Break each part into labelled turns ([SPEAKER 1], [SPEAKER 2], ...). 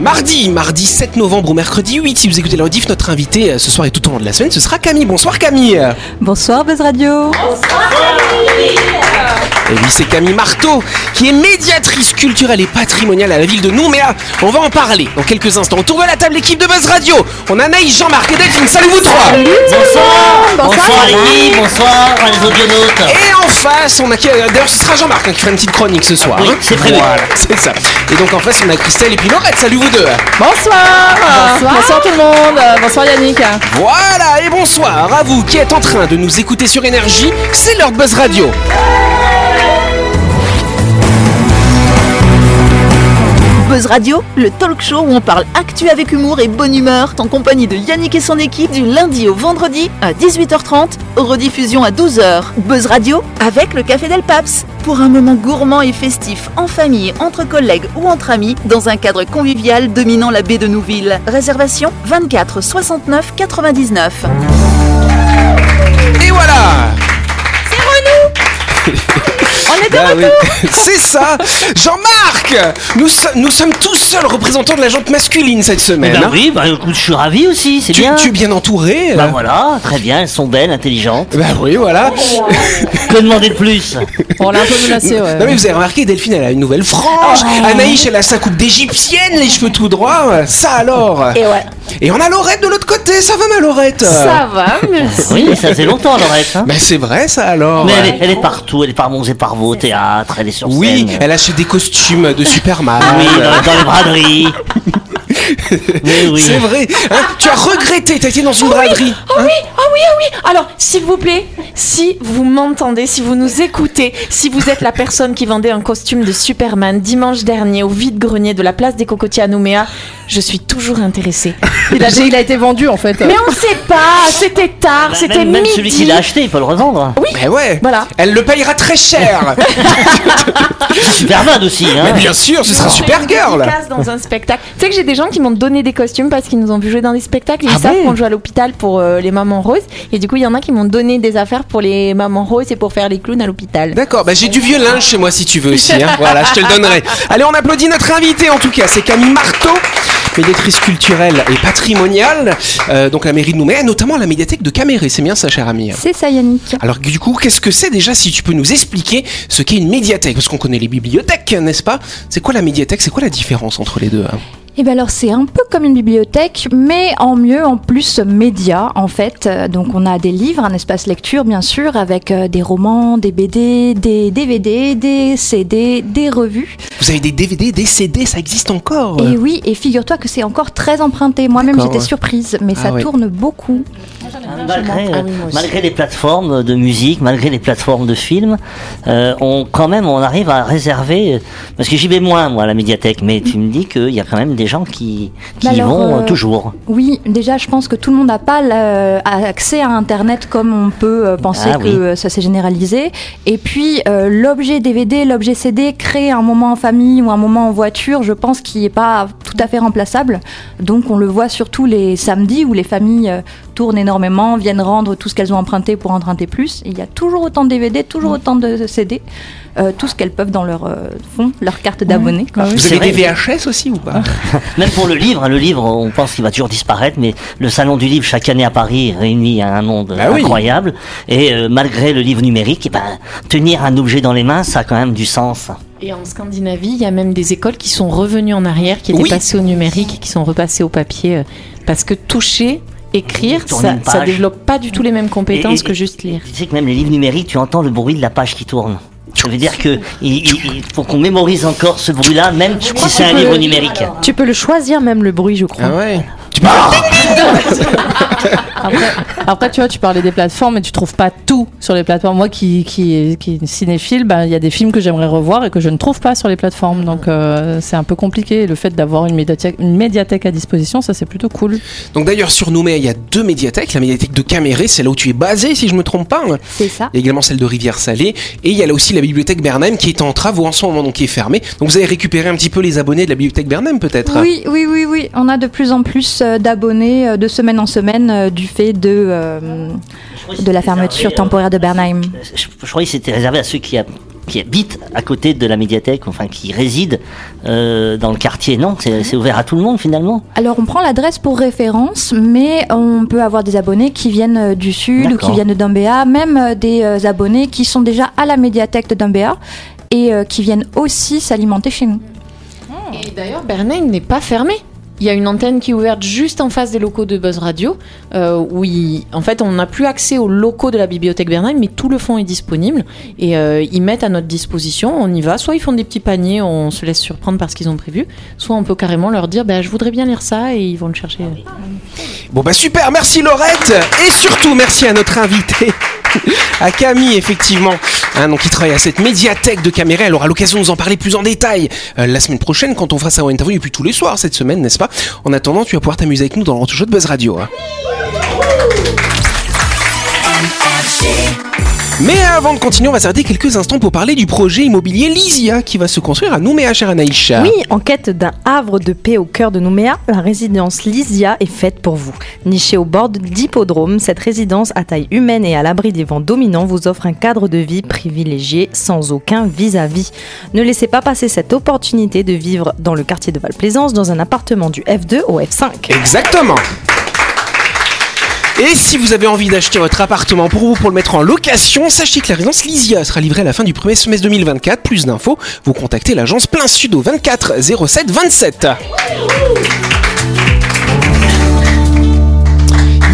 [SPEAKER 1] Mardi, mardi 7 novembre ou mercredi 8, si vous écoutez l'auditif, notre invité euh, ce soir et tout au long de la semaine, ce sera Camille. Bonsoir Camille
[SPEAKER 2] Bonsoir Buzz Radio.
[SPEAKER 1] Et oui, c'est Camille Marteau qui est médiatrice culturelle et patrimoniale à la ville de Nouméa. On va en parler dans quelques instants. Autour de la table, l'équipe de Buzz Radio. On a Naïs, Jean-Marc et Delphine. Salut vous trois
[SPEAKER 3] Bonsoir
[SPEAKER 2] Bonsoir.
[SPEAKER 3] Bonsoir Rémi, bonsoir les audionautes
[SPEAKER 1] Et en face, on a. D'ailleurs, ce sera Jean-Marc hein, qui fera une petite chronique ce soir.
[SPEAKER 3] Oui,
[SPEAKER 1] hein.
[SPEAKER 3] c'est prévu.
[SPEAKER 1] Voilà, c'est ça. Et donc en face, on a Christelle et puis Laurette. Salut vous deux.
[SPEAKER 4] Bonsoir. Bonsoir tout le monde Bonsoir Yannick
[SPEAKER 1] Voilà, et bonsoir à vous qui êtes en train de nous écouter sur Énergie. C'est l'heure de Buzz Radio.
[SPEAKER 2] Buzz Radio, le talk show où on parle actu avec humour et bonne humeur, en compagnie de Yannick et son équipe du lundi au vendredi à 18h30, rediffusion à 12h. Buzz Radio avec le Café Del Paps, pour un moment gourmand et festif en famille, entre collègues ou entre amis, dans un cadre convivial dominant la baie de Nouville. Réservation 24 69 99.
[SPEAKER 1] Et voilà
[SPEAKER 4] On est de
[SPEAKER 1] Bah oui, C'est ça Jean-Marc nous, so- nous sommes tous seuls représentants de la jante masculine cette
[SPEAKER 3] Eh
[SPEAKER 1] semaine.
[SPEAKER 3] ben
[SPEAKER 1] hein.
[SPEAKER 3] oui, bah, écoute, je suis ravi aussi, c'est
[SPEAKER 1] tu,
[SPEAKER 3] bien
[SPEAKER 1] tu es bien entouré
[SPEAKER 3] Bah
[SPEAKER 1] euh.
[SPEAKER 3] voilà, très bien, elles sont belles, intelligentes.
[SPEAKER 1] Bah oui, voilà.
[SPEAKER 3] Que demander de plus
[SPEAKER 4] On l'a un peu menacé ouais.
[SPEAKER 1] Non mais vous avez remarqué, Delphine, elle a une nouvelle frange.
[SPEAKER 5] Oh.
[SPEAKER 1] Anaïs, elle a sa coupe d'égyptienne, les cheveux tout droits. Ça alors.
[SPEAKER 5] Et ouais.
[SPEAKER 1] Et on a Laurette de l'autre côté. Ça va ma Laurette
[SPEAKER 5] Ça va, merci.
[SPEAKER 3] Oui, mais ça fait longtemps Laurette. Hein.
[SPEAKER 1] Bah c'est vrai ça alors.
[SPEAKER 3] Mais elle est, elle est partout, elle est par Mons et par Vaux, au théâtre, elle est sur
[SPEAKER 1] Oui, Ah.
[SPEAKER 3] scène.
[SPEAKER 1] elle achète des costumes de Superman.
[SPEAKER 3] Ah Oui, dans, dans les braderies. Mais oui.
[SPEAKER 1] C'est vrai. Hein, tu as regretté, t'as été dans une braderie.
[SPEAKER 5] Oh oui, oh oui, oh oui. Alors, s'il vous plaît, si vous m'entendez, si vous nous écoutez, si vous êtes la personne qui vendait un costume de Superman dimanche dernier au vide-grenier de la place des Cocotiers à Nouméa, je suis toujours intéressée.
[SPEAKER 4] il, a, il a été vendu en fait
[SPEAKER 5] Mais on sait pas, c'était tard,
[SPEAKER 3] Bah,
[SPEAKER 5] c'était
[SPEAKER 3] même, même
[SPEAKER 5] midi.
[SPEAKER 3] celui qui l'a acheté, il peut le revendre.
[SPEAKER 1] Ben ouais.
[SPEAKER 5] Voilà.
[SPEAKER 1] Elle le payera très cher.
[SPEAKER 3] Superman aussi, hein.
[SPEAKER 1] Mais bien sûr, ce sera
[SPEAKER 5] Non, mais
[SPEAKER 1] Super
[SPEAKER 5] une
[SPEAKER 1] Girl.
[SPEAKER 5] dédicace dans un spectacle. Tu sais que j'ai des gens qui m'ont donné des costumes parce qu'ils nous ont vu jouer dans des spectacles. Ils
[SPEAKER 1] Ah
[SPEAKER 5] savent
[SPEAKER 1] bon
[SPEAKER 5] qu'on joue à l'hôpital pour euh, les mamans roses. Et du coup, il y en a qui m'ont donné des affaires pour les mamans roses et pour faire les clowns à l'hôpital.
[SPEAKER 1] D'accord, bah j'ai du vieux linge chez moi si tu veux aussi. hein. Voilà, je te le donnerai. Allez, on applaudit notre invité en tout cas, c'est Camille Marteau, médiatrice culturelle et patrimoniale, euh, donc la mairie de Nouméa, et notamment à la médiathèque de Caméré. C'est bien ça, cher ami.
[SPEAKER 5] C'est ça, Yannick.
[SPEAKER 1] Alors du coup, qu'est-ce que c'est déjà si tu peux nous expliquer ce qu'est une médiathèque Parce qu'on connaît les bibliothèques, n'est-ce pas C'est quoi la médiathèque C'est quoi la différence entre les deux hein
[SPEAKER 6] Et bien Eh ben, alors c'est un peu comme une bibliothèque, mais en mieux, en plus média en fait. Euh, Donc on a des livres, un espace lecture bien sûr, avec euh, des romans, des BD, des DVD, des CD, des revues.
[SPEAKER 1] Vous avez des DVD, des CD, ça existe encore
[SPEAKER 6] Et oui, et figure-toi que c'est encore très emprunté. Moi-même
[SPEAKER 1] D'accord,
[SPEAKER 6] j'étais
[SPEAKER 1] ouais.
[SPEAKER 6] surprise, mais
[SPEAKER 1] Ah
[SPEAKER 6] ça
[SPEAKER 1] ouais.
[SPEAKER 6] tourne beaucoup.
[SPEAKER 3] Ah, Malgré, malgré les plateformes de musique, malgré les plateformes de films, euh, on, quand même, on arrive à réserver. euh, Parce que j'y vais moins, moi, à la médiathèque, mais tu me dis qu'il y a quand même des gens qui, qui
[SPEAKER 6] Bah
[SPEAKER 3] y
[SPEAKER 6] alors,
[SPEAKER 3] vont euh,
[SPEAKER 6] euh,
[SPEAKER 3] toujours.
[SPEAKER 6] Oui, déjà je pense que tout le monde n'a pas euh, accès à Internet comme on peut euh, penser
[SPEAKER 3] Ah
[SPEAKER 6] que
[SPEAKER 3] oui.
[SPEAKER 6] euh, ça s'est généralisé. Et puis euh, l'objet DVD, l'objet CD, créer un moment en famille ou un moment en voiture, je pense qu'il n'est pas tout à fait remplaçable. Donc on le voit surtout les samedis où les familles euh, tournent énormément, viennent rendre tout ce qu'elles ont emprunté pour emprunter plus. Et il y a toujours autant de DVD, toujours autant de CD, euh, tout ce qu'elles peuvent dans leur euh, fond, leur carte d'abonné. quoi.
[SPEAKER 1] Vous
[SPEAKER 3] C'est
[SPEAKER 1] avez des
[SPEAKER 3] vrai.
[SPEAKER 1] VHS aussi ou pas
[SPEAKER 3] Même pour le livre, hein, le livre, on pense qu'il va toujours disparaître, mais le salon du livre chaque année à Paris réunit un nombre
[SPEAKER 1] Bah oui.
[SPEAKER 3] incroyable. Et euh, malgré le livre numérique, eh ben, tenir un objet dans les mains, ça a quand même du sens.
[SPEAKER 5] Et en Scandinavie, il y a même des écoles qui sont revenues en arrière, qui étaient
[SPEAKER 1] Oui.
[SPEAKER 5] passées au numérique et qui sont repassées au papier. euh, Parce que toucher, écrire,
[SPEAKER 3] Tourner
[SPEAKER 5] ça,
[SPEAKER 3] une
[SPEAKER 5] ça
[SPEAKER 3] page.
[SPEAKER 5] développe pas du tout les mêmes
[SPEAKER 3] Et-
[SPEAKER 5] compétences
[SPEAKER 3] et-
[SPEAKER 5] que juste lire.
[SPEAKER 3] Tu sais que même les livres numériques, tu entends le bruit de la page qui tourne. Je veux dire que il, il- il faut qu'on mémorise encore ce bruit-là, même si c'est un livre numérique.
[SPEAKER 4] Tu peux le choisir même le bruit je crois
[SPEAKER 1] Ah ouais
[SPEAKER 4] Après, après, tu vois, tu parlais des plateformes, mais tu trouves pas tout sur les plateformes. Moi, qui qui, qui est cinéphile, ben, il y a des films que j'aimerais revoir et que je ne trouve pas sur les plateformes. Donc, euh, c'est un peu compliqué. Et Le fait d'avoir une médiathèque, une médiathèque à disposition, ça, c'est plutôt cool.
[SPEAKER 1] Donc d'ailleurs sur Nouméa, il y a deux médiathèques, la médiathèque de Caméré, c'est là où tu es basé si je me trompe pas. hein.
[SPEAKER 6] C'est ça.
[SPEAKER 1] Il y a également celle de Rivière-Salée et il y a là aussi la bibliothèque Bernheim qui est en travaux en ce moment donc qui est fermée. Donc vous avez récupéré un petit peu les abonnés de la bibliothèque Bernheim peut-être. hein.
[SPEAKER 6] Oui, oui, oui, oui. On a de plus en plus euh, d'abonnés euh, de semaine en semaine euh, du fait de, euh, de la fermeture temporaire de Bernheim.
[SPEAKER 3] Je, je croyais que c'était réservé à ceux qui a- qui habitent à côté de la médiathèque, enfin qui résident euh, dans le quartier. Non, c'est c'est ouvert à tout le monde finalement.
[SPEAKER 6] Alors on prend l'adresse pour référence, mais on peut avoir des abonnés qui viennent euh, du sud ou qui
[SPEAKER 3] D'accord.
[SPEAKER 6] viennent de Dombéa, même euh, des euh, abonnés qui sont déjà à la médiathèque de Dombéa et euh, qui viennent aussi s'alimenter chez nous.
[SPEAKER 5] Et d'ailleurs, Bernheim n'est pas fermé. Il y a une antenne qui est ouverte juste en face des locaux de Buzz Radio, euh, où il- en fait on n'a plus accès aux locaux de la bibliothèque Bernheim, mais tout le fond est disponible et euh, ils mettent à notre disposition. On y va, soit ils font des petits paniers, on se laisse surprendre par ce qu'ils ont prévu, soit on peut carrément leur dire bah, je voudrais bien lire ça et ils vont le chercher.
[SPEAKER 1] Bon bah super, merci Laurette et surtout merci à notre invité, à Camille effectivement, hein, donc qui travaille à cette médiathèque de Caméra. Elle aura l'occasion de nous en parler plus en détail euh, la semaine prochaine quand on fera sa interview et puis tous les soirs cette semaine, n'est-ce pas En attendant, tu vas pouvoir t'amuser avec nous dans le show de Buzz Radio. hein. Mais avant de continuer, on va s'arrêter quelques instants pour parler du projet immobilier Lysia qui va se construire à Nouméa, chère Anaïcha.
[SPEAKER 7] Oui, en quête d'un havre de paix au cœur de Nouméa, la résidence Lysia est faite pour vous. Nichée au bord de- d'hippodrome, cette résidence à taille humaine et à l'abri des vents dominants vous offre un cadre de vie privilégié sans aucun vis-à-vis. Ne laissez pas passer cette opportunité de vivre dans le quartier de Valplaisance dans un appartement du F2 au F5.
[SPEAKER 1] Exactement. Et si vous avez envie d'acheter votre appartement pour vous pour le mettre en location, sachez que la résidence Lysia sera livrée à la fin du premier semestre 2024. Plus d'infos, vous contactez l'agence Plein Sud au 24 07 27.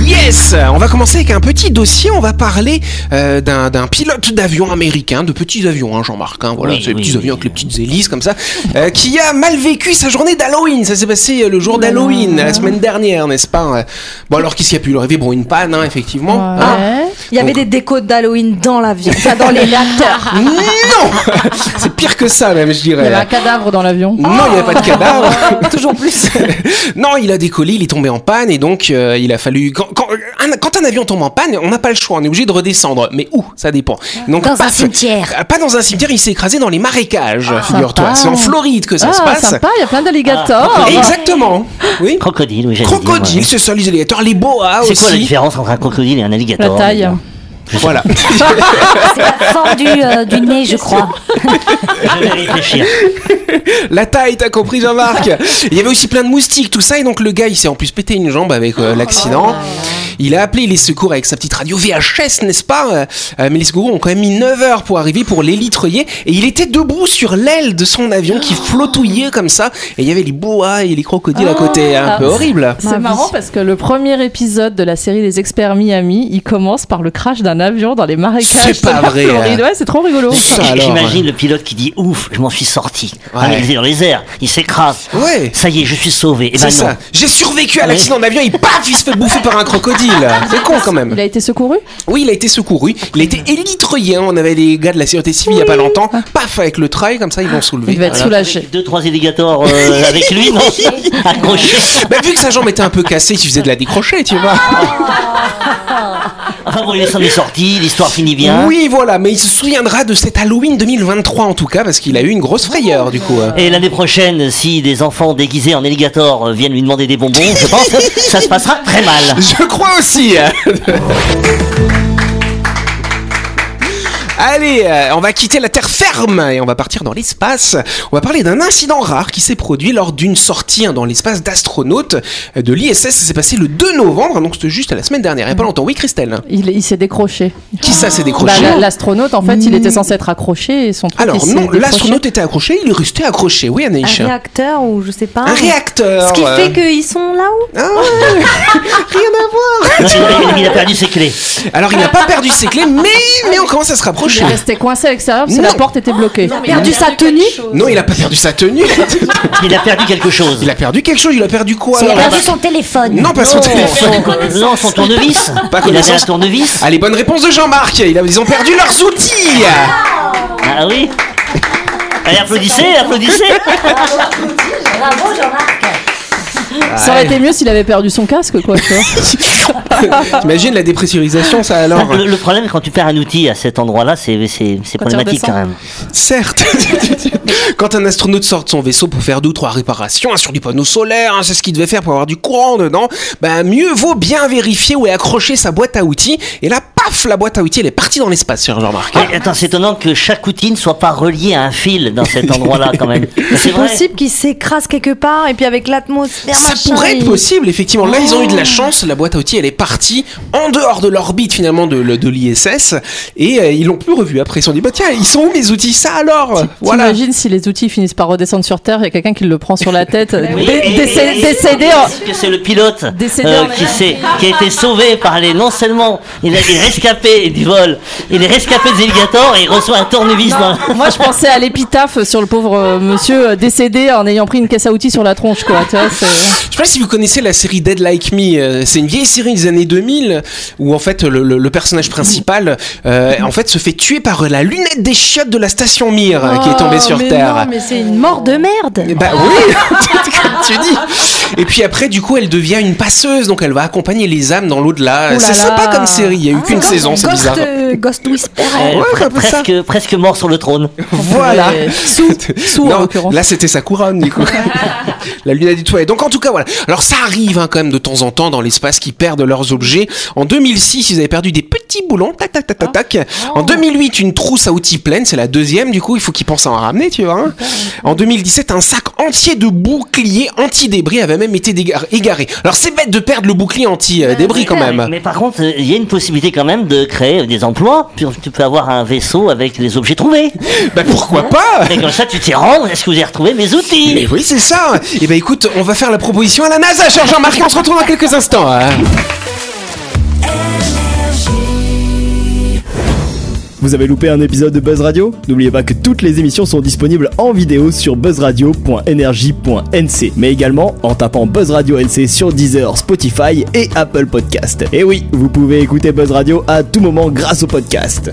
[SPEAKER 1] Yes On va commencer avec un petit dossier. On va parler euh, d'un d'un pilote d'avion américain, de petits avions, hein, Jean-Marc. hein, voilà,
[SPEAKER 3] Oui,
[SPEAKER 1] c'est les
[SPEAKER 3] oui,
[SPEAKER 1] petits
[SPEAKER 3] oui.
[SPEAKER 1] avions avec les petites hélices comme ça, euh, qui a mal vécu sa journée d'Halloween. Ça s'est passé euh, le
[SPEAKER 4] Mmh.
[SPEAKER 1] jour d'Halloween, la semaine dernière, n'est-ce pas euh, Bon, alors qu'est-ce qui a pu leur arriver Bon, une panne, hein, effectivement. Hein
[SPEAKER 4] Ouais.
[SPEAKER 7] Il y avait des décos d'Halloween dans l'avion, enfin, dans les acteurs.
[SPEAKER 1] non C'est pire que ça, même, je
[SPEAKER 4] Il y avait un
[SPEAKER 1] dirais.
[SPEAKER 4] cadavre dans l'avion.
[SPEAKER 1] Non, il n'y avait pas de cadavre.
[SPEAKER 7] Toujours plus.
[SPEAKER 1] Non, il a décollé, il est tombé en panne et donc euh, il a fallu. Quand, quand- un, quand un avion tombe en panne, on n'a pas le choix, on est obligé de redescendre. Mais où Ça dépend. Donc,
[SPEAKER 8] Dans un
[SPEAKER 1] paf,
[SPEAKER 8] cimetière.
[SPEAKER 1] Ah, Pas dans un cimetière, il s'est écrasé dans les marécages, figure-toi.
[SPEAKER 4] Ah, sympa.
[SPEAKER 1] C'est en Floride que ça
[SPEAKER 4] ah,
[SPEAKER 1] se passe. Ah.
[SPEAKER 4] sympa, il y a plein d'alligators.
[SPEAKER 1] Exactement. Oui.
[SPEAKER 3] Crocodile, oui, j'allais dire,
[SPEAKER 1] Crocodile,
[SPEAKER 3] ouais.
[SPEAKER 1] c'est ça, les alligators, les boas
[SPEAKER 3] C'est
[SPEAKER 1] aussi.
[SPEAKER 3] quoi la différence entre un crocodile et un
[SPEAKER 4] La
[SPEAKER 3] alligator
[SPEAKER 4] taille.
[SPEAKER 3] d'ailleurs
[SPEAKER 1] Voilà.
[SPEAKER 8] Forme du, euh, du nez, je crois.
[SPEAKER 3] Je vais réfléchir.
[SPEAKER 1] La taille, t'as compris Jean-Marc Il y avait aussi plein de moustiques, tout ça, et donc le gars, il s'est en plus pété une jambe avec euh, l'accident. Il a appelé les secours avec sa petite radio VHS, n'est-ce pas Euh, euh, Mais les secours ont quand même mis 9 heures pour arriver, pour l'élitreiller, et il était debout sur l'aile de son avion qui flottouillait comme ça, et il y avait les boas et les crocodiles à côté, hein. un peu horrible.
[SPEAKER 4] C'est marrant parce que le premier épisode de la série Les Experts Miami, il commence par le crash d'un avion dans les marécages.
[SPEAKER 1] C'est pas
[SPEAKER 4] de la
[SPEAKER 1] vrai,
[SPEAKER 4] Floride.
[SPEAKER 1] hein.
[SPEAKER 4] Ouais, c'est trop rigolo.
[SPEAKER 1] Ça, alors,
[SPEAKER 3] J'imagine le pilote qui dit ouf, je m'en suis sorti. Ah,
[SPEAKER 1] Ouais.
[SPEAKER 3] mais il est dans les airs, il s'écrase.
[SPEAKER 1] Ouais.
[SPEAKER 3] Ça y est, je suis sauvé. Et Ah
[SPEAKER 1] C'est
[SPEAKER 3] ben
[SPEAKER 1] ça.
[SPEAKER 3] non.
[SPEAKER 1] J'ai survécu à l'accident d'avion et paf, il se fait bouffer par un crocodile. C'est con quand même.
[SPEAKER 4] Ah, Il a été secouru
[SPEAKER 1] Oui, il a été secouru. Il a été élitreillé. hein. On avait les gars de la sécurité civile il n'y a pas longtemps. Paf, avec le trail, comme ça, ils l'ont soulevé.
[SPEAKER 4] Ah. Il va être
[SPEAKER 3] Alors,
[SPEAKER 4] soulagé.
[SPEAKER 3] avec Deux, trois alligators euh, avec lui, non Accroché.
[SPEAKER 1] Bah, vu que sa jambe était un peu cassée, tu faisais de la décrocher, tu vois.
[SPEAKER 4] Ah,
[SPEAKER 3] Enfin Ah, bon, il s'en est sorti, l'histoire finit bien.
[SPEAKER 1] Oui, voilà. Mais il se souviendra de cet Halloween 2023, en tout cas, parce qu'il a eu une grosse frayeur, du coup. hein.
[SPEAKER 3] Et l'année prochaine, si des enfants déguisés en alligator euh, viennent lui demander des bonbons, je pense que ça se passera très mal.
[SPEAKER 1] Je crois aussi. hein. Allez, euh, on va quitter la terre ferme et on va partir dans l'espace. On va parler d'un incident rare qui s'est produit lors d'une sortie hein, dans l'espace d'astronautes euh, de l'ISS. Ça s'est passé le 2 novembre, donc c'était juste la semaine dernière, il n'y a pas longtemps. Oui, Christelle
[SPEAKER 4] Il, il s'est décroché.
[SPEAKER 1] Qui ça s'est
[SPEAKER 4] Bah,
[SPEAKER 1] décroché
[SPEAKER 4] la- L'astronaute, en fait, il était censé être accroché et son truc,
[SPEAKER 1] Mm. Alors
[SPEAKER 4] il s'est
[SPEAKER 1] non,
[SPEAKER 4] décroché.
[SPEAKER 1] l'astronaute était accroché, il est resté accroché. Oui,
[SPEAKER 7] Un
[SPEAKER 1] Anaïs.
[SPEAKER 7] réacteur ou je sais pas.
[SPEAKER 1] Un réacteur.
[SPEAKER 7] Ce qui
[SPEAKER 1] euh,
[SPEAKER 7] fait qu'ils sont là-haut.
[SPEAKER 1] ah ouais, rien à voir.
[SPEAKER 3] Non, il, il a perdu ses clés.
[SPEAKER 1] Alors il n'a pas perdu ses clés, mais mais on commence à se
[SPEAKER 4] Il
[SPEAKER 1] rapprocher.
[SPEAKER 4] est resté coincé à l'extérieur parce que
[SPEAKER 1] Non.
[SPEAKER 4] la porte était bloquée.
[SPEAKER 7] Perdu sa tenue.
[SPEAKER 1] Non, il a pas perdu sa tenue.
[SPEAKER 3] Il a perdu quelque chose.
[SPEAKER 1] Il a perdu quelque chose, il a perdu quoi
[SPEAKER 8] Il a
[SPEAKER 1] alors Bah,
[SPEAKER 8] perdu son téléphone.
[SPEAKER 1] Non, pas son téléphone.
[SPEAKER 3] Non, son
[SPEAKER 1] Pas
[SPEAKER 3] tournevis. Il avait un
[SPEAKER 1] connaissance.
[SPEAKER 3] tournevis.
[SPEAKER 1] Allez, bonne réponse de Jean-Marc. Il a- Ils ont perdu leurs outils.
[SPEAKER 3] Ah oui Allez, applaudissez, applaudissez
[SPEAKER 8] Bravo, Jean-Marc.
[SPEAKER 4] Ça aurait été mieux s'il avait perdu son casque, quoi. tu vois.
[SPEAKER 1] T'imagines la dépressurisation, ça alors
[SPEAKER 3] le, le problème, quand tu perds un outil à cet endroit-là, c'est c'est- c'est
[SPEAKER 4] Quand tu
[SPEAKER 3] problématique
[SPEAKER 4] redescends.
[SPEAKER 3] quand même.
[SPEAKER 1] Certes. Quand un astronaute sort de son vaisseau pour faire deux ou trois réparations hein, sur du panneau solaire, hein, c'est ce qu'il devait faire pour avoir du courant dedans, bah mieux vaut bien vérifier où est accrochée sa boîte à outils. Et là, paf paf, la boîte à outils, elle est partie dans l'espace, cher Jean-Marc.
[SPEAKER 3] Ouais, attends, c'est étonnant que chaque outil ne soit pas relié à un fil dans cet endroit-là, quand même.
[SPEAKER 7] C'est possible qu'il s'écrase quelque part et puis avec l'atmosphère.
[SPEAKER 1] Ça
[SPEAKER 7] machin,
[SPEAKER 1] pourrait être
[SPEAKER 7] il-
[SPEAKER 1] possible, effectivement. Là, ils ont eu de la chance. La boîte à outils, elle est partie en dehors de l'orbite, finalement, de, le- de l'ISS. Et euh, ils l'ont plus revue après. Ils se sont dit, bah tiens, ils sont où mes outils Ça alors Voilà.
[SPEAKER 4] T'imagines si les outils finissent par redescendre sur Terre, il y a quelqu'un qui le prend sur la tête,
[SPEAKER 3] Oui,
[SPEAKER 4] dé-
[SPEAKER 3] et-
[SPEAKER 4] décé-
[SPEAKER 3] et-
[SPEAKER 4] décédé en-
[SPEAKER 3] Est-ce que c'est le pilote euh,
[SPEAKER 4] Décédé en
[SPEAKER 3] qui,
[SPEAKER 4] mer.
[SPEAKER 3] s'est- qui a été sauvé par les. Non seulement il a- il est rescapé du vol, il est rescapé des alligators et il reçoit un tournevis dans.
[SPEAKER 4] Moi, je pensais à l'épitaphe sur le pauvre euh, monsieur euh, décédé en ayant pris une caisse à outils sur la tronche, quoi. Tu vois, c'est-
[SPEAKER 1] Je sais pas si vous connaissez la série Dead Like Me. euh, C'est une vieille série des années 2000 où en fait le, le- le personnage principal euh, en fait se fait tuer par la lunette des chiottes de la station Mir euh, qui est tombée sur
[SPEAKER 4] Oh,
[SPEAKER 1] Terre.
[SPEAKER 7] Oh, mais c'est une mort de merde.
[SPEAKER 1] Bah oui, comme tu dis. Et puis après, du coup, elle devient une passeuse, donc elle va accompagner les âmes dans l'au-delà.
[SPEAKER 7] Oh là
[SPEAKER 1] C'est sympa
[SPEAKER 7] là. Ah,
[SPEAKER 1] comme série. Il y a eu qu'une saison, c'est bizarre.
[SPEAKER 7] Ghost Whisperer.
[SPEAKER 3] Euh,
[SPEAKER 1] Ouais,
[SPEAKER 3] pre-
[SPEAKER 1] un peu ça.
[SPEAKER 3] presque, presque mort sur le trône.
[SPEAKER 1] Voilà.
[SPEAKER 4] Ouais. Sous, sous
[SPEAKER 1] Non,
[SPEAKER 4] en l'occurrence.
[SPEAKER 1] là c'était sa couronne du coup. la lune a du toit. Donc en tout cas voilà. Alors ça arrive hein, quand même de temps en temps dans l'espace qui perdent leurs objets. En 2006 ils avaient perdu des petits boulons. Tac tac tac tac tac.
[SPEAKER 4] Ah.
[SPEAKER 1] En 2008 une trousse à outils pleine. C'est la deuxième du coup. Il faut qu'ils pensent à en ramener tu vois. hein. En 2017 un sac entier de boucliers anti-débris avait même été dégar- égaré. Alors c'est bête de perdre le bouclier
[SPEAKER 4] Ah,
[SPEAKER 1] anti-débris quand même.
[SPEAKER 3] Mais par contre, euh, il y a une possibilité quand même de créer des emplois. Tu- Tu peux avoir un vaisseau avec les objets trouvés.
[SPEAKER 1] Bah pourquoi pas
[SPEAKER 3] Et comme ça, tu t'y rends. Est-ce que vous avez retrouvé mes outils
[SPEAKER 1] Mais oui, c'est ça. Et ben écoute, on va faire la proposition à la NASA, cher Jean-Marc. On se retrouve dans quelques instants. hein.
[SPEAKER 9] Vous avez loupé un épisode de Buzz Radio N'oubliez pas que toutes les émissions sont disponibles en vidéo sur buzzradio.energie.nc, mais également en tapant Buzz Radio NC sur Deezer, Spotify et Apple Podcast. Et oui, vous pouvez écouter Buzz Radio à tout moment grâce au podcast.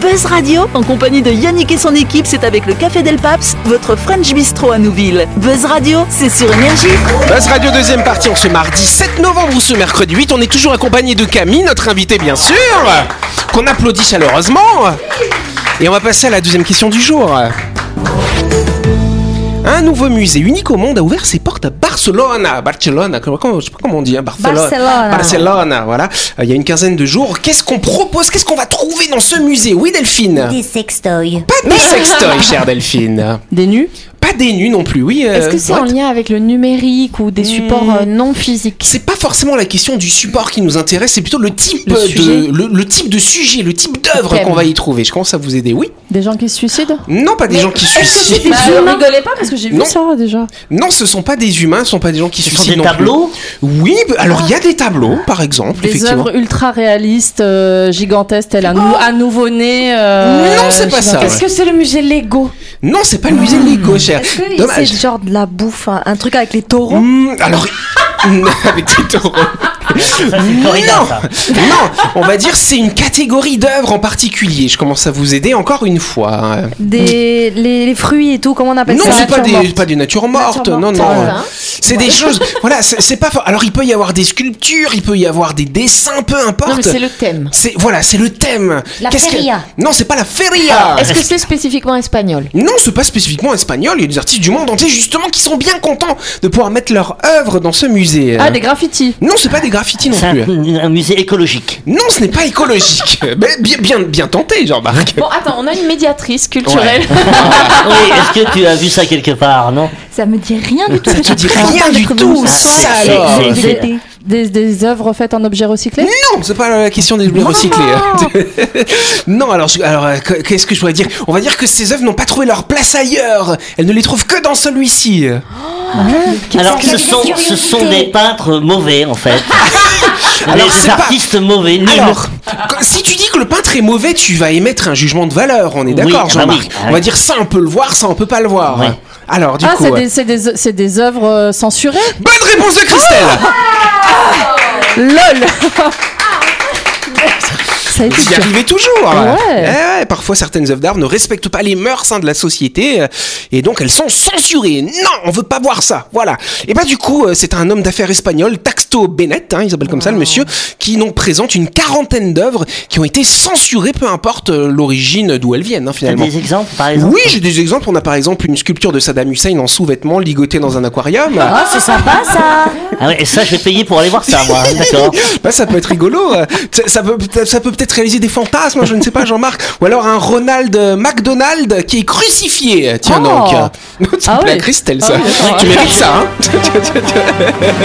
[SPEAKER 2] Buzz Radio, en compagnie de Yannick et son équipe, c'est avec le Café Del Paps, votre French Bistro à Nouville. Buzz Radio, c'est sur Énergie.
[SPEAKER 1] Buzz Radio deuxième partie en ce mardi 7 novembre ou ce mercredi 8. On est toujours accompagné de Camille, notre invitée bien sûr, qu'on applaudit chaleureusement. Et on va passer à la deuxième question du jour. Un nouveau musée unique au monde a ouvert ses portes à Barcelone. À Barcelone, comment- comment- je sais pas comment on dit, hein, Barcelone.
[SPEAKER 8] Barcelone.
[SPEAKER 1] Barcelone, voilà. Euh, Il y a une quinzaine de jours. Qu'est-ce qu'on propose Qu'est-ce qu'on va trouver dans ce musée Oui, Delphine.
[SPEAKER 8] Des sextoys.
[SPEAKER 1] Pas de sextoy, chère Delphine.
[SPEAKER 4] Des nus.
[SPEAKER 1] Pas des nus non plus, oui.
[SPEAKER 5] Est-ce
[SPEAKER 1] euh,
[SPEAKER 5] que c'est en
[SPEAKER 1] what
[SPEAKER 5] lien avec le numérique ou des supports euh, non physiques
[SPEAKER 1] c'est pas forcément la question du support qui nous intéresse, c'est plutôt le type,
[SPEAKER 5] Le
[SPEAKER 1] de,
[SPEAKER 5] sujet.
[SPEAKER 1] le, le type de sujet, le type d'œuvre
[SPEAKER 5] Thème.
[SPEAKER 1] qu'on va y trouver. Je commence à vous aider, oui
[SPEAKER 4] Des gens qui se suicident
[SPEAKER 1] Non, pas des gens qui se suicident.
[SPEAKER 4] Bah, ne rigolez pas parce que j'ai
[SPEAKER 1] Non.
[SPEAKER 4] vu ça déjà.
[SPEAKER 1] Non, ce sont pas des humains, ce sont pas des gens qui se
[SPEAKER 3] Ce sont
[SPEAKER 1] suicident.
[SPEAKER 3] des
[SPEAKER 1] non plus.
[SPEAKER 3] tableaux
[SPEAKER 1] Oui, bah, alors il y a des tableaux, par exemple,
[SPEAKER 4] Des
[SPEAKER 1] effectivement. Oh.
[SPEAKER 4] œuvres ultra réalistes, euh, gigantesques, tel un, nou- un nouveau-né. euh,
[SPEAKER 1] Non, c'est pas
[SPEAKER 4] je sais
[SPEAKER 1] ça.
[SPEAKER 5] Est-ce que c'est le musée Lego
[SPEAKER 1] Non, c'est pas le musée Lego, cher.
[SPEAKER 7] Est-ce que
[SPEAKER 1] Dommage.
[SPEAKER 7] c'est genre de la bouffe, hein, un, un truc avec les taureaux
[SPEAKER 1] Hmm, alors, avec des taureaux.
[SPEAKER 3] Ça, c'est le corridor,
[SPEAKER 1] Non,
[SPEAKER 3] ça.
[SPEAKER 1] non, on va dire c'est une catégorie d'œuvres en particulier. Je commence à vous aider encore une fois.
[SPEAKER 7] Des, les, les fruits et tout, comment
[SPEAKER 4] Bah,
[SPEAKER 7] on appelle
[SPEAKER 1] Non,
[SPEAKER 7] ça
[SPEAKER 1] c'est pas
[SPEAKER 7] Nature
[SPEAKER 1] des,
[SPEAKER 7] morte.
[SPEAKER 1] pas des natures mortes,
[SPEAKER 7] Nature
[SPEAKER 1] non,
[SPEAKER 7] morte,
[SPEAKER 1] non.
[SPEAKER 7] hein.
[SPEAKER 1] C'est des choses. Voilà, c'est c'est pas. fa- Alors, il peut y avoir des sculptures, il peut y avoir des dessins, peu
[SPEAKER 5] Non, mais
[SPEAKER 1] importe.
[SPEAKER 5] c'est le thème.
[SPEAKER 1] C'est voilà, c'est le thème.
[SPEAKER 8] La
[SPEAKER 1] Qu'est-ce que-
[SPEAKER 8] feria.
[SPEAKER 1] Non, c'est pas la feria.
[SPEAKER 5] Ah. Est-ce que c'est spécifiquement espagnol
[SPEAKER 1] Non, c'est pas spécifiquement espagnol. Il y a des artistes du monde entier justement qui sont bien contents de pouvoir mettre leur œuvre dans ce musée.
[SPEAKER 4] Ah, des graffitis.
[SPEAKER 1] Non, c'est pas des graffitis non
[SPEAKER 3] C'est
[SPEAKER 1] plus.
[SPEAKER 3] un, un musée écologique.
[SPEAKER 1] Non, ce n'est pas écologique. Mais bien, bien, bien tenté, Jean-Marc.
[SPEAKER 5] Bon, attends, on a une médiatrice culturelle.
[SPEAKER 3] oui, est-ce que tu as vu ça quelque part, non
[SPEAKER 6] Ça me dit rien du tout.
[SPEAKER 1] Ça te dit rien du tout. Ça
[SPEAKER 3] C'est-
[SPEAKER 1] alors. Hmm.
[SPEAKER 3] c'est- c'est-
[SPEAKER 4] Des, des œuvres faites en objets recyclés
[SPEAKER 1] Non, c'est pas la question des objets recyclés. hein. non, alors, je- alors euh, qu- qu'est-ce que je pourrais dire On va dire que ces œuvres n'ont pas trouvé leur place ailleurs. Elles ne les trouvent que dans celui-ci.
[SPEAKER 3] Alors,
[SPEAKER 8] qu'il y a
[SPEAKER 3] ce
[SPEAKER 8] des
[SPEAKER 3] sont, ce
[SPEAKER 8] curiosités
[SPEAKER 3] sont des peintres mauvais, en fait.
[SPEAKER 1] Ah, Alors,
[SPEAKER 3] des
[SPEAKER 1] c'est pas-
[SPEAKER 3] artistes mauvais, nuls.
[SPEAKER 1] Alors, qu- si tu dis que le peintre est mauvais, tu vas émettre un jugement de valeur. On est
[SPEAKER 3] Oui,
[SPEAKER 1] d'accord,
[SPEAKER 3] ah bah
[SPEAKER 1] Jean-Marc
[SPEAKER 3] oui, ah
[SPEAKER 1] On va
[SPEAKER 3] oui.
[SPEAKER 1] dire ça, on peut le voir, ça, on peut pas le voir.
[SPEAKER 3] Oui.
[SPEAKER 1] Alors, du
[SPEAKER 4] Ah,
[SPEAKER 1] coup,
[SPEAKER 4] c'est
[SPEAKER 1] euh,
[SPEAKER 4] des, c'est des, c'est des œuvres euh, censurées
[SPEAKER 1] bonne réponse
[SPEAKER 3] Oh
[SPEAKER 1] de Christelle.
[SPEAKER 4] LOL ça a été
[SPEAKER 1] Vous y
[SPEAKER 4] dur.
[SPEAKER 1] arrivez toujours.
[SPEAKER 4] Ouais.
[SPEAKER 1] Eh ouais, parfois, certaines œuvres d'art ne respectent pas les mœurs hein, de la société euh, et donc elles sont censurées. Non, on veut pas voir ça. Voilà. Et bah du coup, euh, c'est un homme d'affaires espagnol, Taxto Bennett, hein, il s'appelle comme ça le monsieur, qui donc présente une quarantaine d'œuvres qui ont été censurées, peu importe euh, l'origine d'où elles viennent hein,
[SPEAKER 3] T'as
[SPEAKER 1] finalement.
[SPEAKER 3] des exemples, par exemple
[SPEAKER 1] Oui, j'ai des exemples. On a par exemple une sculpture de Saddam Hussein en sous-vêtements ligotée dans un aquarium.
[SPEAKER 8] Oh, c'est sympa ça
[SPEAKER 3] Ah ouais, et ça, je vais payer pour aller voir ça, moi. hein, D'accord.
[SPEAKER 1] Bah, ça peut être rigolo. euh, Ça, ça peut, ça peut peut-être réaliser des fantasmes, je ne sais pas, Jean-Marc. Ou alors un Ronald McDonald qui est crucifié. Tiens
[SPEAKER 4] Oh.
[SPEAKER 1] donc. C'est
[SPEAKER 4] Ah
[SPEAKER 1] plaît à
[SPEAKER 4] oui.
[SPEAKER 1] Christelle,
[SPEAKER 4] Ah
[SPEAKER 1] ça.
[SPEAKER 4] oui, d'accord.
[SPEAKER 1] tu mérites ça, hein.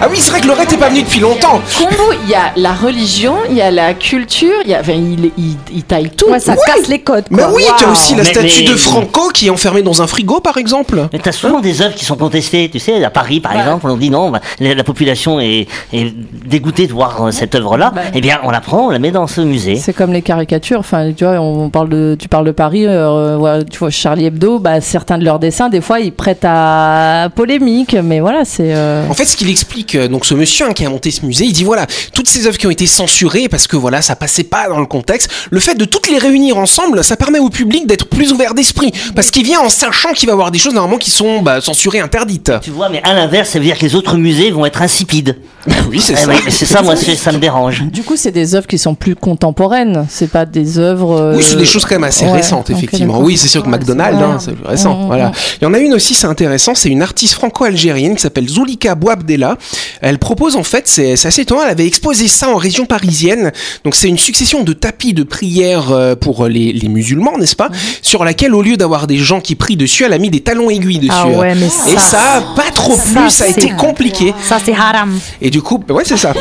[SPEAKER 1] ah oui, c'est vrai que Laurette est pas venue depuis longtemps.
[SPEAKER 5] Combo, il y a la religion, il y a la culture, il y a, enfin, il, il- il taille tout.
[SPEAKER 7] Ouais, ça casse les codes.
[SPEAKER 1] Mais
[SPEAKER 7] quoi.
[SPEAKER 1] oui, tu as aussi la
[SPEAKER 3] Mais-
[SPEAKER 1] statue
[SPEAKER 3] mais-
[SPEAKER 1] de Franco qui est enfermée dans un frigo, par exemple.
[SPEAKER 3] Mais t'as souvent des œuvres qui sont contestées. Tu sais, à Paris, par exemple, on dit non, bah, la, la population est, est dégoûtée de voir euh, cette œuvre-là. Eh bien, on la prend, on la met dans ce musée.
[SPEAKER 4] C'est comme les caricatures. Enfin, tu vois, on parle de, tu parles de Paris. euh, ouais, tu vois, Charlie Hebdo. Bah, certains de leurs dessins, des fois, ils prêtent à polémique. Mais voilà, c'est. euh,
[SPEAKER 1] En fait, ce qu'il explique, euh, donc ce monsieur hein, qui a monté ce musée, il dit voilà, toutes ces œuvres qui ont été censurées parce que voilà, ça passait pas dans le contexte. Le fait de toutes les réunir ensemble, ça permet au public d'être plus ouvert d'esprit parce qu'il vient en sachant qu'il va voir des choses normalement qui sont bah, censurées, interdites.
[SPEAKER 3] Tu vois, mais à l'inverse, ça veut dire que les autres musées vont être insipides.
[SPEAKER 1] Bah oui, c'est
[SPEAKER 3] Eh
[SPEAKER 1] ça.
[SPEAKER 3] oui, mais c'est ça, moi, c'est- ça me dérange.
[SPEAKER 4] Du coup, c'est des œuvres qui sont plus contemporaines. C'est pas des œuvres. euh,
[SPEAKER 1] Oui, c'est des choses quand même assez
[SPEAKER 4] ouais,
[SPEAKER 1] récentes,
[SPEAKER 4] ok,
[SPEAKER 1] effectivement.
[SPEAKER 4] d'accord.
[SPEAKER 1] Oui, c'est sûr que
[SPEAKER 4] Ouais,
[SPEAKER 1] McDonald's,
[SPEAKER 4] c'est-
[SPEAKER 1] hein, c'est récent.
[SPEAKER 4] Mm, mm,
[SPEAKER 1] voilà.
[SPEAKER 4] mm.
[SPEAKER 1] Il y en a une aussi, c'est intéressant, c'est une artiste franco-algérienne qui s'appelle Zulika Bouabdella. Elle propose, en fait, c'est c'est assez étonnant, elle avait exposé ça en région parisienne. Donc, c'est une succession de tapis de prières euh, pour les, les musulmans, n'est-ce pas Sur laquelle, au lieu d'avoir des gens qui prient dessus, elle a mis des talons aiguilles dessus.
[SPEAKER 7] Ah ouais, mais ça.
[SPEAKER 1] euh, Et ça, pas trop
[SPEAKER 8] Ça,
[SPEAKER 1] plus, ça a
[SPEAKER 8] c'est-
[SPEAKER 1] été compliqué.
[SPEAKER 8] Ça c'est haram.
[SPEAKER 1] Et du coup, ouais, c'est ça.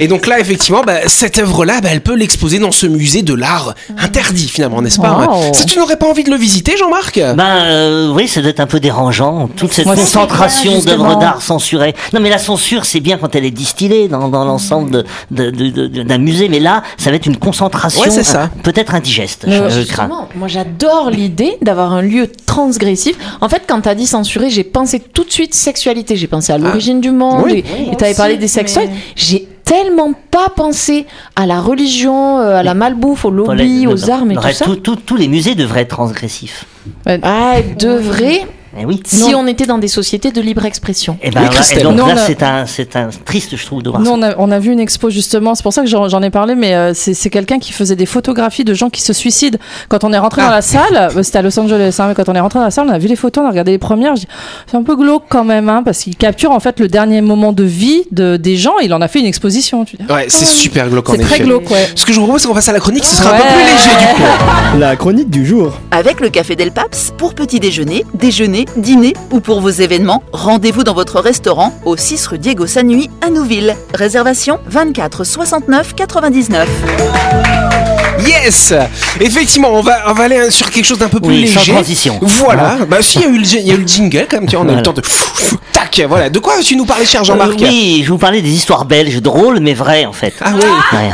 [SPEAKER 1] Et donc là, effectivement, bah, cette œuvre-là, bah, elle peut l'exposer dans ce musée de l'art interdit, finalement, n'est-ce pas
[SPEAKER 4] Wow.
[SPEAKER 1] Ça, tu n'aurais pas envie de le visiter, Jean-Marc
[SPEAKER 3] Ben euh, oui, ça doit être un peu dérangeant, toute cette
[SPEAKER 4] Moi, c'est
[SPEAKER 3] concentration
[SPEAKER 8] bien, justement.
[SPEAKER 3] d'œuvres d'art censurées. Non, mais la censure, c'est bien quand elle est distillée dans, dans l'ensemble de- de- de- de- d'un musée, mais là, ça va être une concentration
[SPEAKER 1] Ouais, c'est ça.
[SPEAKER 3] euh, peut-être indigeste,
[SPEAKER 5] Euh,
[SPEAKER 3] je, je crains.
[SPEAKER 5] justement, moi j'adore l'idée d'avoir un lieu transgressif. En fait, quand t'as dit censuré, j'ai pensé tout de suite sexualité. J'ai
[SPEAKER 3] Ah.
[SPEAKER 5] pensé à l'origine du monde.
[SPEAKER 1] Oui.
[SPEAKER 5] et- et t'avais parlé des sexuels. J'ai tellement pas pensé à la religion, euh, à la malbouffe, au
[SPEAKER 3] Paul,
[SPEAKER 5] lobby,
[SPEAKER 3] le-
[SPEAKER 5] aux armes et
[SPEAKER 3] le-
[SPEAKER 5] tout ça.
[SPEAKER 3] tout- tout- Tous les musées devraient être transgressifs.
[SPEAKER 5] Ah, de vrai,
[SPEAKER 3] Eh oui.
[SPEAKER 5] si on était dans des sociétés de libre expression.
[SPEAKER 3] Eh ben,
[SPEAKER 1] Oui,
[SPEAKER 3] voilà,
[SPEAKER 1] Christelle.
[SPEAKER 3] et donc
[SPEAKER 4] Non,
[SPEAKER 3] là,
[SPEAKER 4] là-
[SPEAKER 3] c'est un, c'est un triste, je trouve, de voir
[SPEAKER 4] Nous,
[SPEAKER 3] ça.
[SPEAKER 4] on a, on a vu une expo justement, c'est pour ça que j'en j'en ai parlé, mais euh, c'est c'est quelqu'un qui faisait des photographies de gens qui se suicident. Quand on est
[SPEAKER 1] Ah.
[SPEAKER 4] rentré dans la salle, euh, c'était à Los Angeles, hein, mais quand on est rentré dans la salle, on a vu les photos, on a regardé les premières, je dis, c'est un peu glauque quand même, hein, parce qu'il capture en fait le dernier moment de vie de, des gens, il en a fait une exposition. tu dis.
[SPEAKER 1] Ouais, c'est super glauque, en
[SPEAKER 4] C'est très
[SPEAKER 1] effet.
[SPEAKER 4] glauque, ouais.
[SPEAKER 1] Ce que je vous propose, c'est qu'on passe à la chronique, ce sera un peu
[SPEAKER 4] Ouais.
[SPEAKER 1] plus léger, du coup.
[SPEAKER 9] La chronique du jour.
[SPEAKER 2] Avec le Café Del Paps, pour petit déjeuner, déjeuner, dîner ou pour vos événements, rendez-vous dans votre restaurant au 6 rue Diego Sanui à Nouville. Réservation 24 69 99.
[SPEAKER 1] Yes Effectivement, on va, on va aller sur quelque chose d'un peu plus
[SPEAKER 3] Oui, sans
[SPEAKER 1] léger.
[SPEAKER 3] transition.
[SPEAKER 1] Voilà. Bah, si, il y, a eu le- il y a eu le jingle, quand même, tu vois, on a eu le temps de. Tac Voilà. De quoi tu nous parlais, cher Jean-Marc
[SPEAKER 3] Euh, oui, je vous parlais des histoires belges, drôles mais vraies en fait.
[SPEAKER 1] Ah oui.
[SPEAKER 3] Ouais,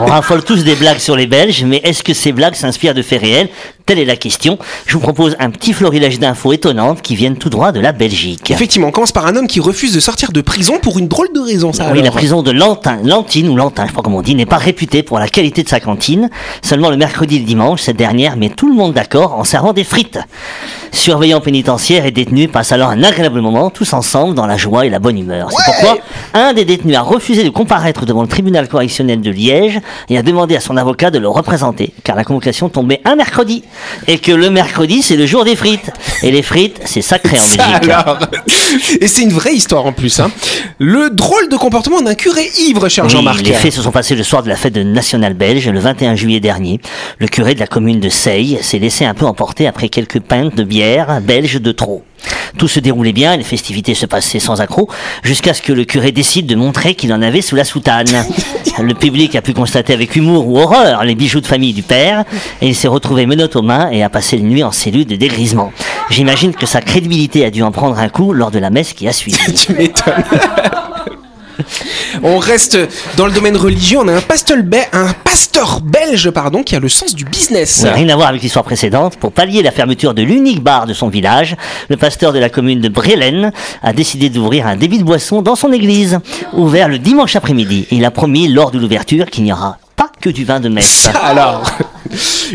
[SPEAKER 3] on, on raffole tous des blagues sur les Belges, mais est-ce que ces blagues s'inspirent de faits réels Telle est la question. Je vous propose un petit florilège d'infos étonnantes qui viennent tout droit de la Belgique.
[SPEAKER 1] Effectivement, on commence par un homme qui refuse de sortir de prison pour une drôle de raison, ça.
[SPEAKER 3] oui, la
[SPEAKER 1] alors.
[SPEAKER 3] prison de Lantin, Lantine ou Lantin, je sais pas comment on dit, n'est pas réputée pour la qualité de sa cantine. Seulement le mercredi et le dimanche, cette dernière met tout le monde d'accord en servant des frites. Surveillants pénitentiaires et détenus passent alors un agréable moment tous ensemble dans la joie et la bonne humeur. C'est pourquoi un des détenus a refusé de comparaître devant le tribunal correctionnel de Liège et a demandé à son avocat de le représenter, car la convocation tombait un mercredi et que le mercredi c'est le jour des frites et les frites c'est sacré en
[SPEAKER 1] Ça
[SPEAKER 3] Belgique.
[SPEAKER 1] alors Et c'est une vraie histoire en plus. Hein. Le drôle de comportement d'un curé ivre, cher
[SPEAKER 3] Oui,
[SPEAKER 1] Jean-Marc.
[SPEAKER 3] Les faits se sont passés le soir de la fête nationale belge, le 21 juillet dernier. Le curé de la commune de Seille s'est laissé un peu emporter après quelques pintes de bière belge de trop. Tout se déroulait bien, les festivités se passaient sans accroc, jusqu'à ce que le curé décide de montrer qu'il en avait sous la soutane. Le public a pu constater avec humour ou horreur les bijoux de famille du père, et il s'est retrouvé menottes aux mains et a passé une nuit en cellule de dégrisement. J'imagine que sa crédibilité a dû en prendre un coup lors de la messe qui a suivi.
[SPEAKER 1] Tu m'étonnes. On reste dans le domaine religieux. On a un pasteur, be- un pasteur belge pardon, qui a le sens du business.
[SPEAKER 3] Ça n'a rien à voir avec l'histoire précédente. Pour pallier la fermeture de l'unique bar de son village, le pasteur de la commune de Brélène a décidé d'ouvrir un débit de boisson dans son église, ouvert le dimanche après-midi. Et il a promis lors de l'ouverture qu'il n'y aura pas que du vin de messe.
[SPEAKER 1] Ça, alors,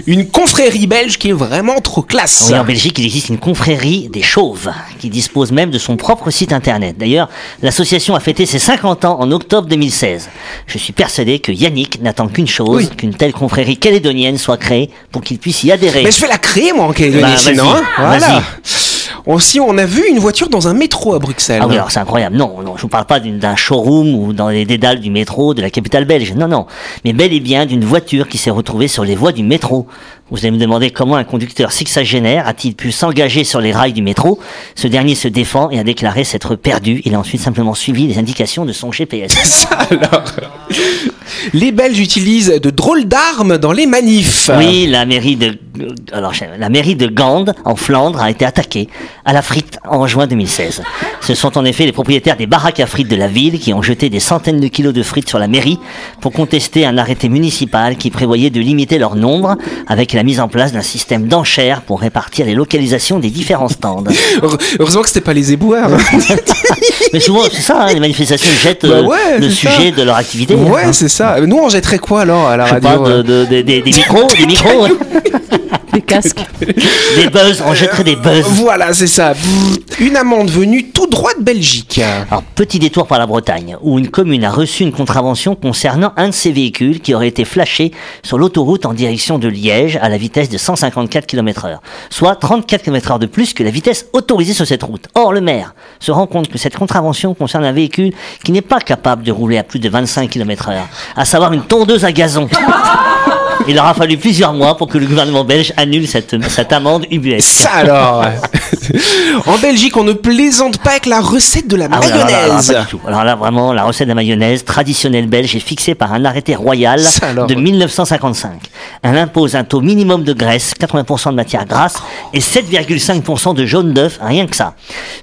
[SPEAKER 1] une confrérie belge qui est vraiment trop classe.
[SPEAKER 3] Oui, en Belgique, il existe une confrérie des chauves qui dispose même de son propre site internet. D'ailleurs, l'association a fêté ses 50 ans en octobre 2016. Je suis persuadé que Yannick n'attend qu'une chose, qu'une telle confrérie calédonienne soit créée pour qu'il puisse y adhérer.
[SPEAKER 1] Mais je vais la créer moi en Calédonie,
[SPEAKER 3] Bah, vas-y.
[SPEAKER 1] sinon. hein. Voilà.
[SPEAKER 3] Vas-y.
[SPEAKER 1] Aussi, on a vu une voiture dans un métro à Bruxelles.
[SPEAKER 3] Ah oui, alors c'est incroyable. Non, non, je vous parle pas d'une- d'un showroom ou dans les dédales du métro de la capitale belge. Non, non. Mais bel et bien d'une voiture qui s'est retrouvée sur les voies du métro. Vous allez me demander comment un conducteur sexagénaire a-t-il pu s'engager sur les rails du métro. Ce dernier se défend et a déclaré s'être perdu. Il a ensuite simplement suivi les indications de son GPS.
[SPEAKER 1] Ça, alors. Les Belges utilisent de drôles d'armes dans les manifs.
[SPEAKER 3] Oui, la mairie de alors je- la mairie de Gand en Flandre a été attaquée à la frite en juin 2016. Ce sont en effet les propriétaires des baraques à frites de la ville qui ont jeté des centaines de kilos de frites sur la mairie pour contester un arrêté municipal qui prévoyait de limiter leur nombre avec la mise en place d'un système d'enchères pour répartir les localisations des différents stands.
[SPEAKER 1] Heure- Heureusement que c'était pas les éboueurs. hein.
[SPEAKER 3] Mais souvent c'est ça, hein, les manifestations jettent euh,
[SPEAKER 1] Bah ouais,
[SPEAKER 3] le
[SPEAKER 1] c'est ça.
[SPEAKER 3] sujet de leur activité.
[SPEAKER 1] ouais,
[SPEAKER 3] hein.
[SPEAKER 1] c'est ça. Nous, on jetterait quoi alors à la
[SPEAKER 3] Je
[SPEAKER 1] radio
[SPEAKER 3] parle
[SPEAKER 1] euh
[SPEAKER 3] de, de- des- des- des micros, des micros, hein.
[SPEAKER 4] Des casques.
[SPEAKER 3] des buzz, on jetterait des buzz.
[SPEAKER 1] Voilà, c'est ça. Une amende venue tout droit de Belgique.
[SPEAKER 3] Alors, petit détour par la Bretagne, où une commune a reçu une contravention concernant un de ses véhicules qui aurait été flashé sur l'autoroute en direction de Liège à la vitesse de 154 km heure, soit 34 km heure de plus que la vitesse autorisée sur cette route. Or, le maire se rend compte que cette contravention concerne un véhicule qui n'est pas capable de rouler à plus de 25 km heure, à savoir une tondeuse à gazon. Il aura fallu plusieurs mois pour que le gouvernement belge annule cette, cette amende UBS.
[SPEAKER 1] Ça alors. en Belgique, on ne plaisante pas avec la recette de la
[SPEAKER 3] Ah ouais, alors là, alors là,
[SPEAKER 1] mayonnaise.
[SPEAKER 3] pas du tout. Alors là, vraiment, la recette de la mayonnaise traditionnelle belge est fixée par un arrêté royal
[SPEAKER 1] Ça, alors.
[SPEAKER 3] de 1955. Elle impose un taux minimum de graisse, 80% de matière grasse et 7,5% de jaune d'œuf, rien que ça.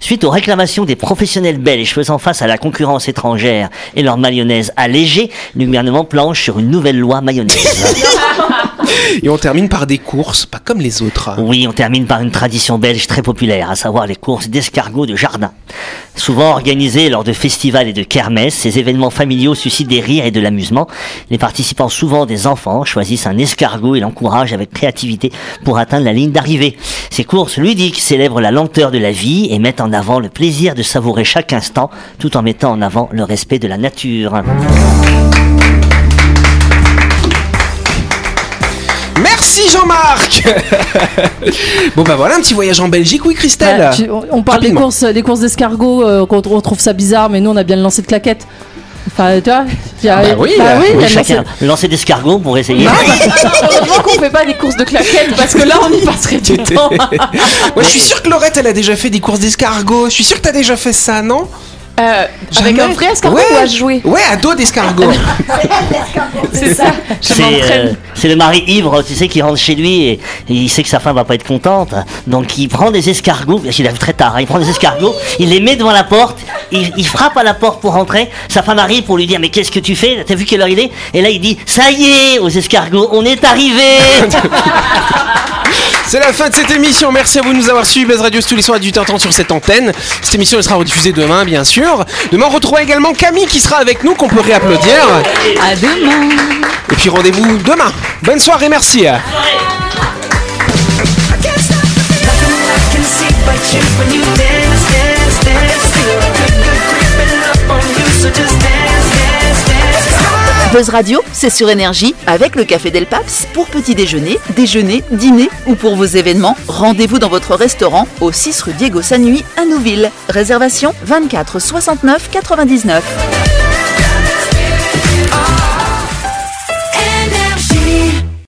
[SPEAKER 3] Suite aux réclamations des professionnels belges faisant face à la concurrence étrangère et leur mayonnaise allégée, le gouvernement planche sur une nouvelle loi mayonnaise.
[SPEAKER 1] Et on termine par des courses, pas comme les autres.
[SPEAKER 3] Oui, on termine par une tradition belge très populaire, à savoir les courses d'escargots de jardin. Souvent organisées lors de festivals et de kermesses, ces événements familiaux suscitent des rires et de l'amusement. Les participants, souvent des enfants, choisissent un escargot et l'encouragent avec créativité pour atteindre la ligne d'arrivée. Ces courses ludiques célèbrent la lenteur de la vie et mettent en avant le plaisir de savourer chaque instant tout en mettant en avant le respect de la nature.
[SPEAKER 1] Merci Jean-Marc. bon bah voilà un petit voyage en Belgique, oui Christelle.
[SPEAKER 4] Ouais, Bah, tu- on on parle des
[SPEAKER 1] Rapidement.
[SPEAKER 4] courses, des courses d'escargots, euh, qu'on on trouve ça bizarre, mais nous on a bien le lancer de claquette. Enfin, tu vois, il y a-
[SPEAKER 1] Bah oui,
[SPEAKER 4] bah oui, il y a le lancer-
[SPEAKER 3] Chacun lancer d'escargots pour essayer.
[SPEAKER 5] Heureusement qu'on fait pas des courses de claquettes parce que là on y passerait du temps.
[SPEAKER 1] Ouais, je suis sûr que Laurette elle a déjà fait des courses d'escargots. Je suis sûr que t'as déjà fait ça, non
[SPEAKER 5] Euh, avec
[SPEAKER 1] Jamais.
[SPEAKER 5] un frère, escargot
[SPEAKER 1] Ouais.
[SPEAKER 5] ou à jouer
[SPEAKER 1] Ouais, à dos d'escargot.
[SPEAKER 5] C'est ça. Je
[SPEAKER 3] C'est
[SPEAKER 5] m'entraîne.
[SPEAKER 3] euh, c'est le mari ivre, tu sais, qui rentre chez lui et, et il sait que sa femme va pas être contente. Donc il prend des escargots, parce qu'il arrive très tard, hein, il prend des escargots, il les met devant la porte, il, il frappe à la porte pour rentrer, sa femme arrive pour lui dire mais qu'est-ce que tu fais T'as vu quelle heure il est Et là il dit ça y est aux escargots, on est arrivé
[SPEAKER 1] C'est la fin de cette émission. Merci à vous de nous avoir suivis. Buzz Radio c'est tous les soirs à 18h30 sur cette antenne. Cette émission elle sera rediffusée demain, bien sûr. Demain, on retrouvera également Camille qui sera avec nous, qu'on peut réapplaudir.
[SPEAKER 6] À demain.
[SPEAKER 1] Et puis rendez-vous demain. Bonne soirée, merci.
[SPEAKER 2] Buzz Radio, c'est sur énergie avec le Café Del Paps pour petit déjeuner, déjeuner, dîner ou pour vos événements. Rendez-vous dans votre restaurant au 6 rue Diego Sanui à Nouville. Réservation 24 69 99.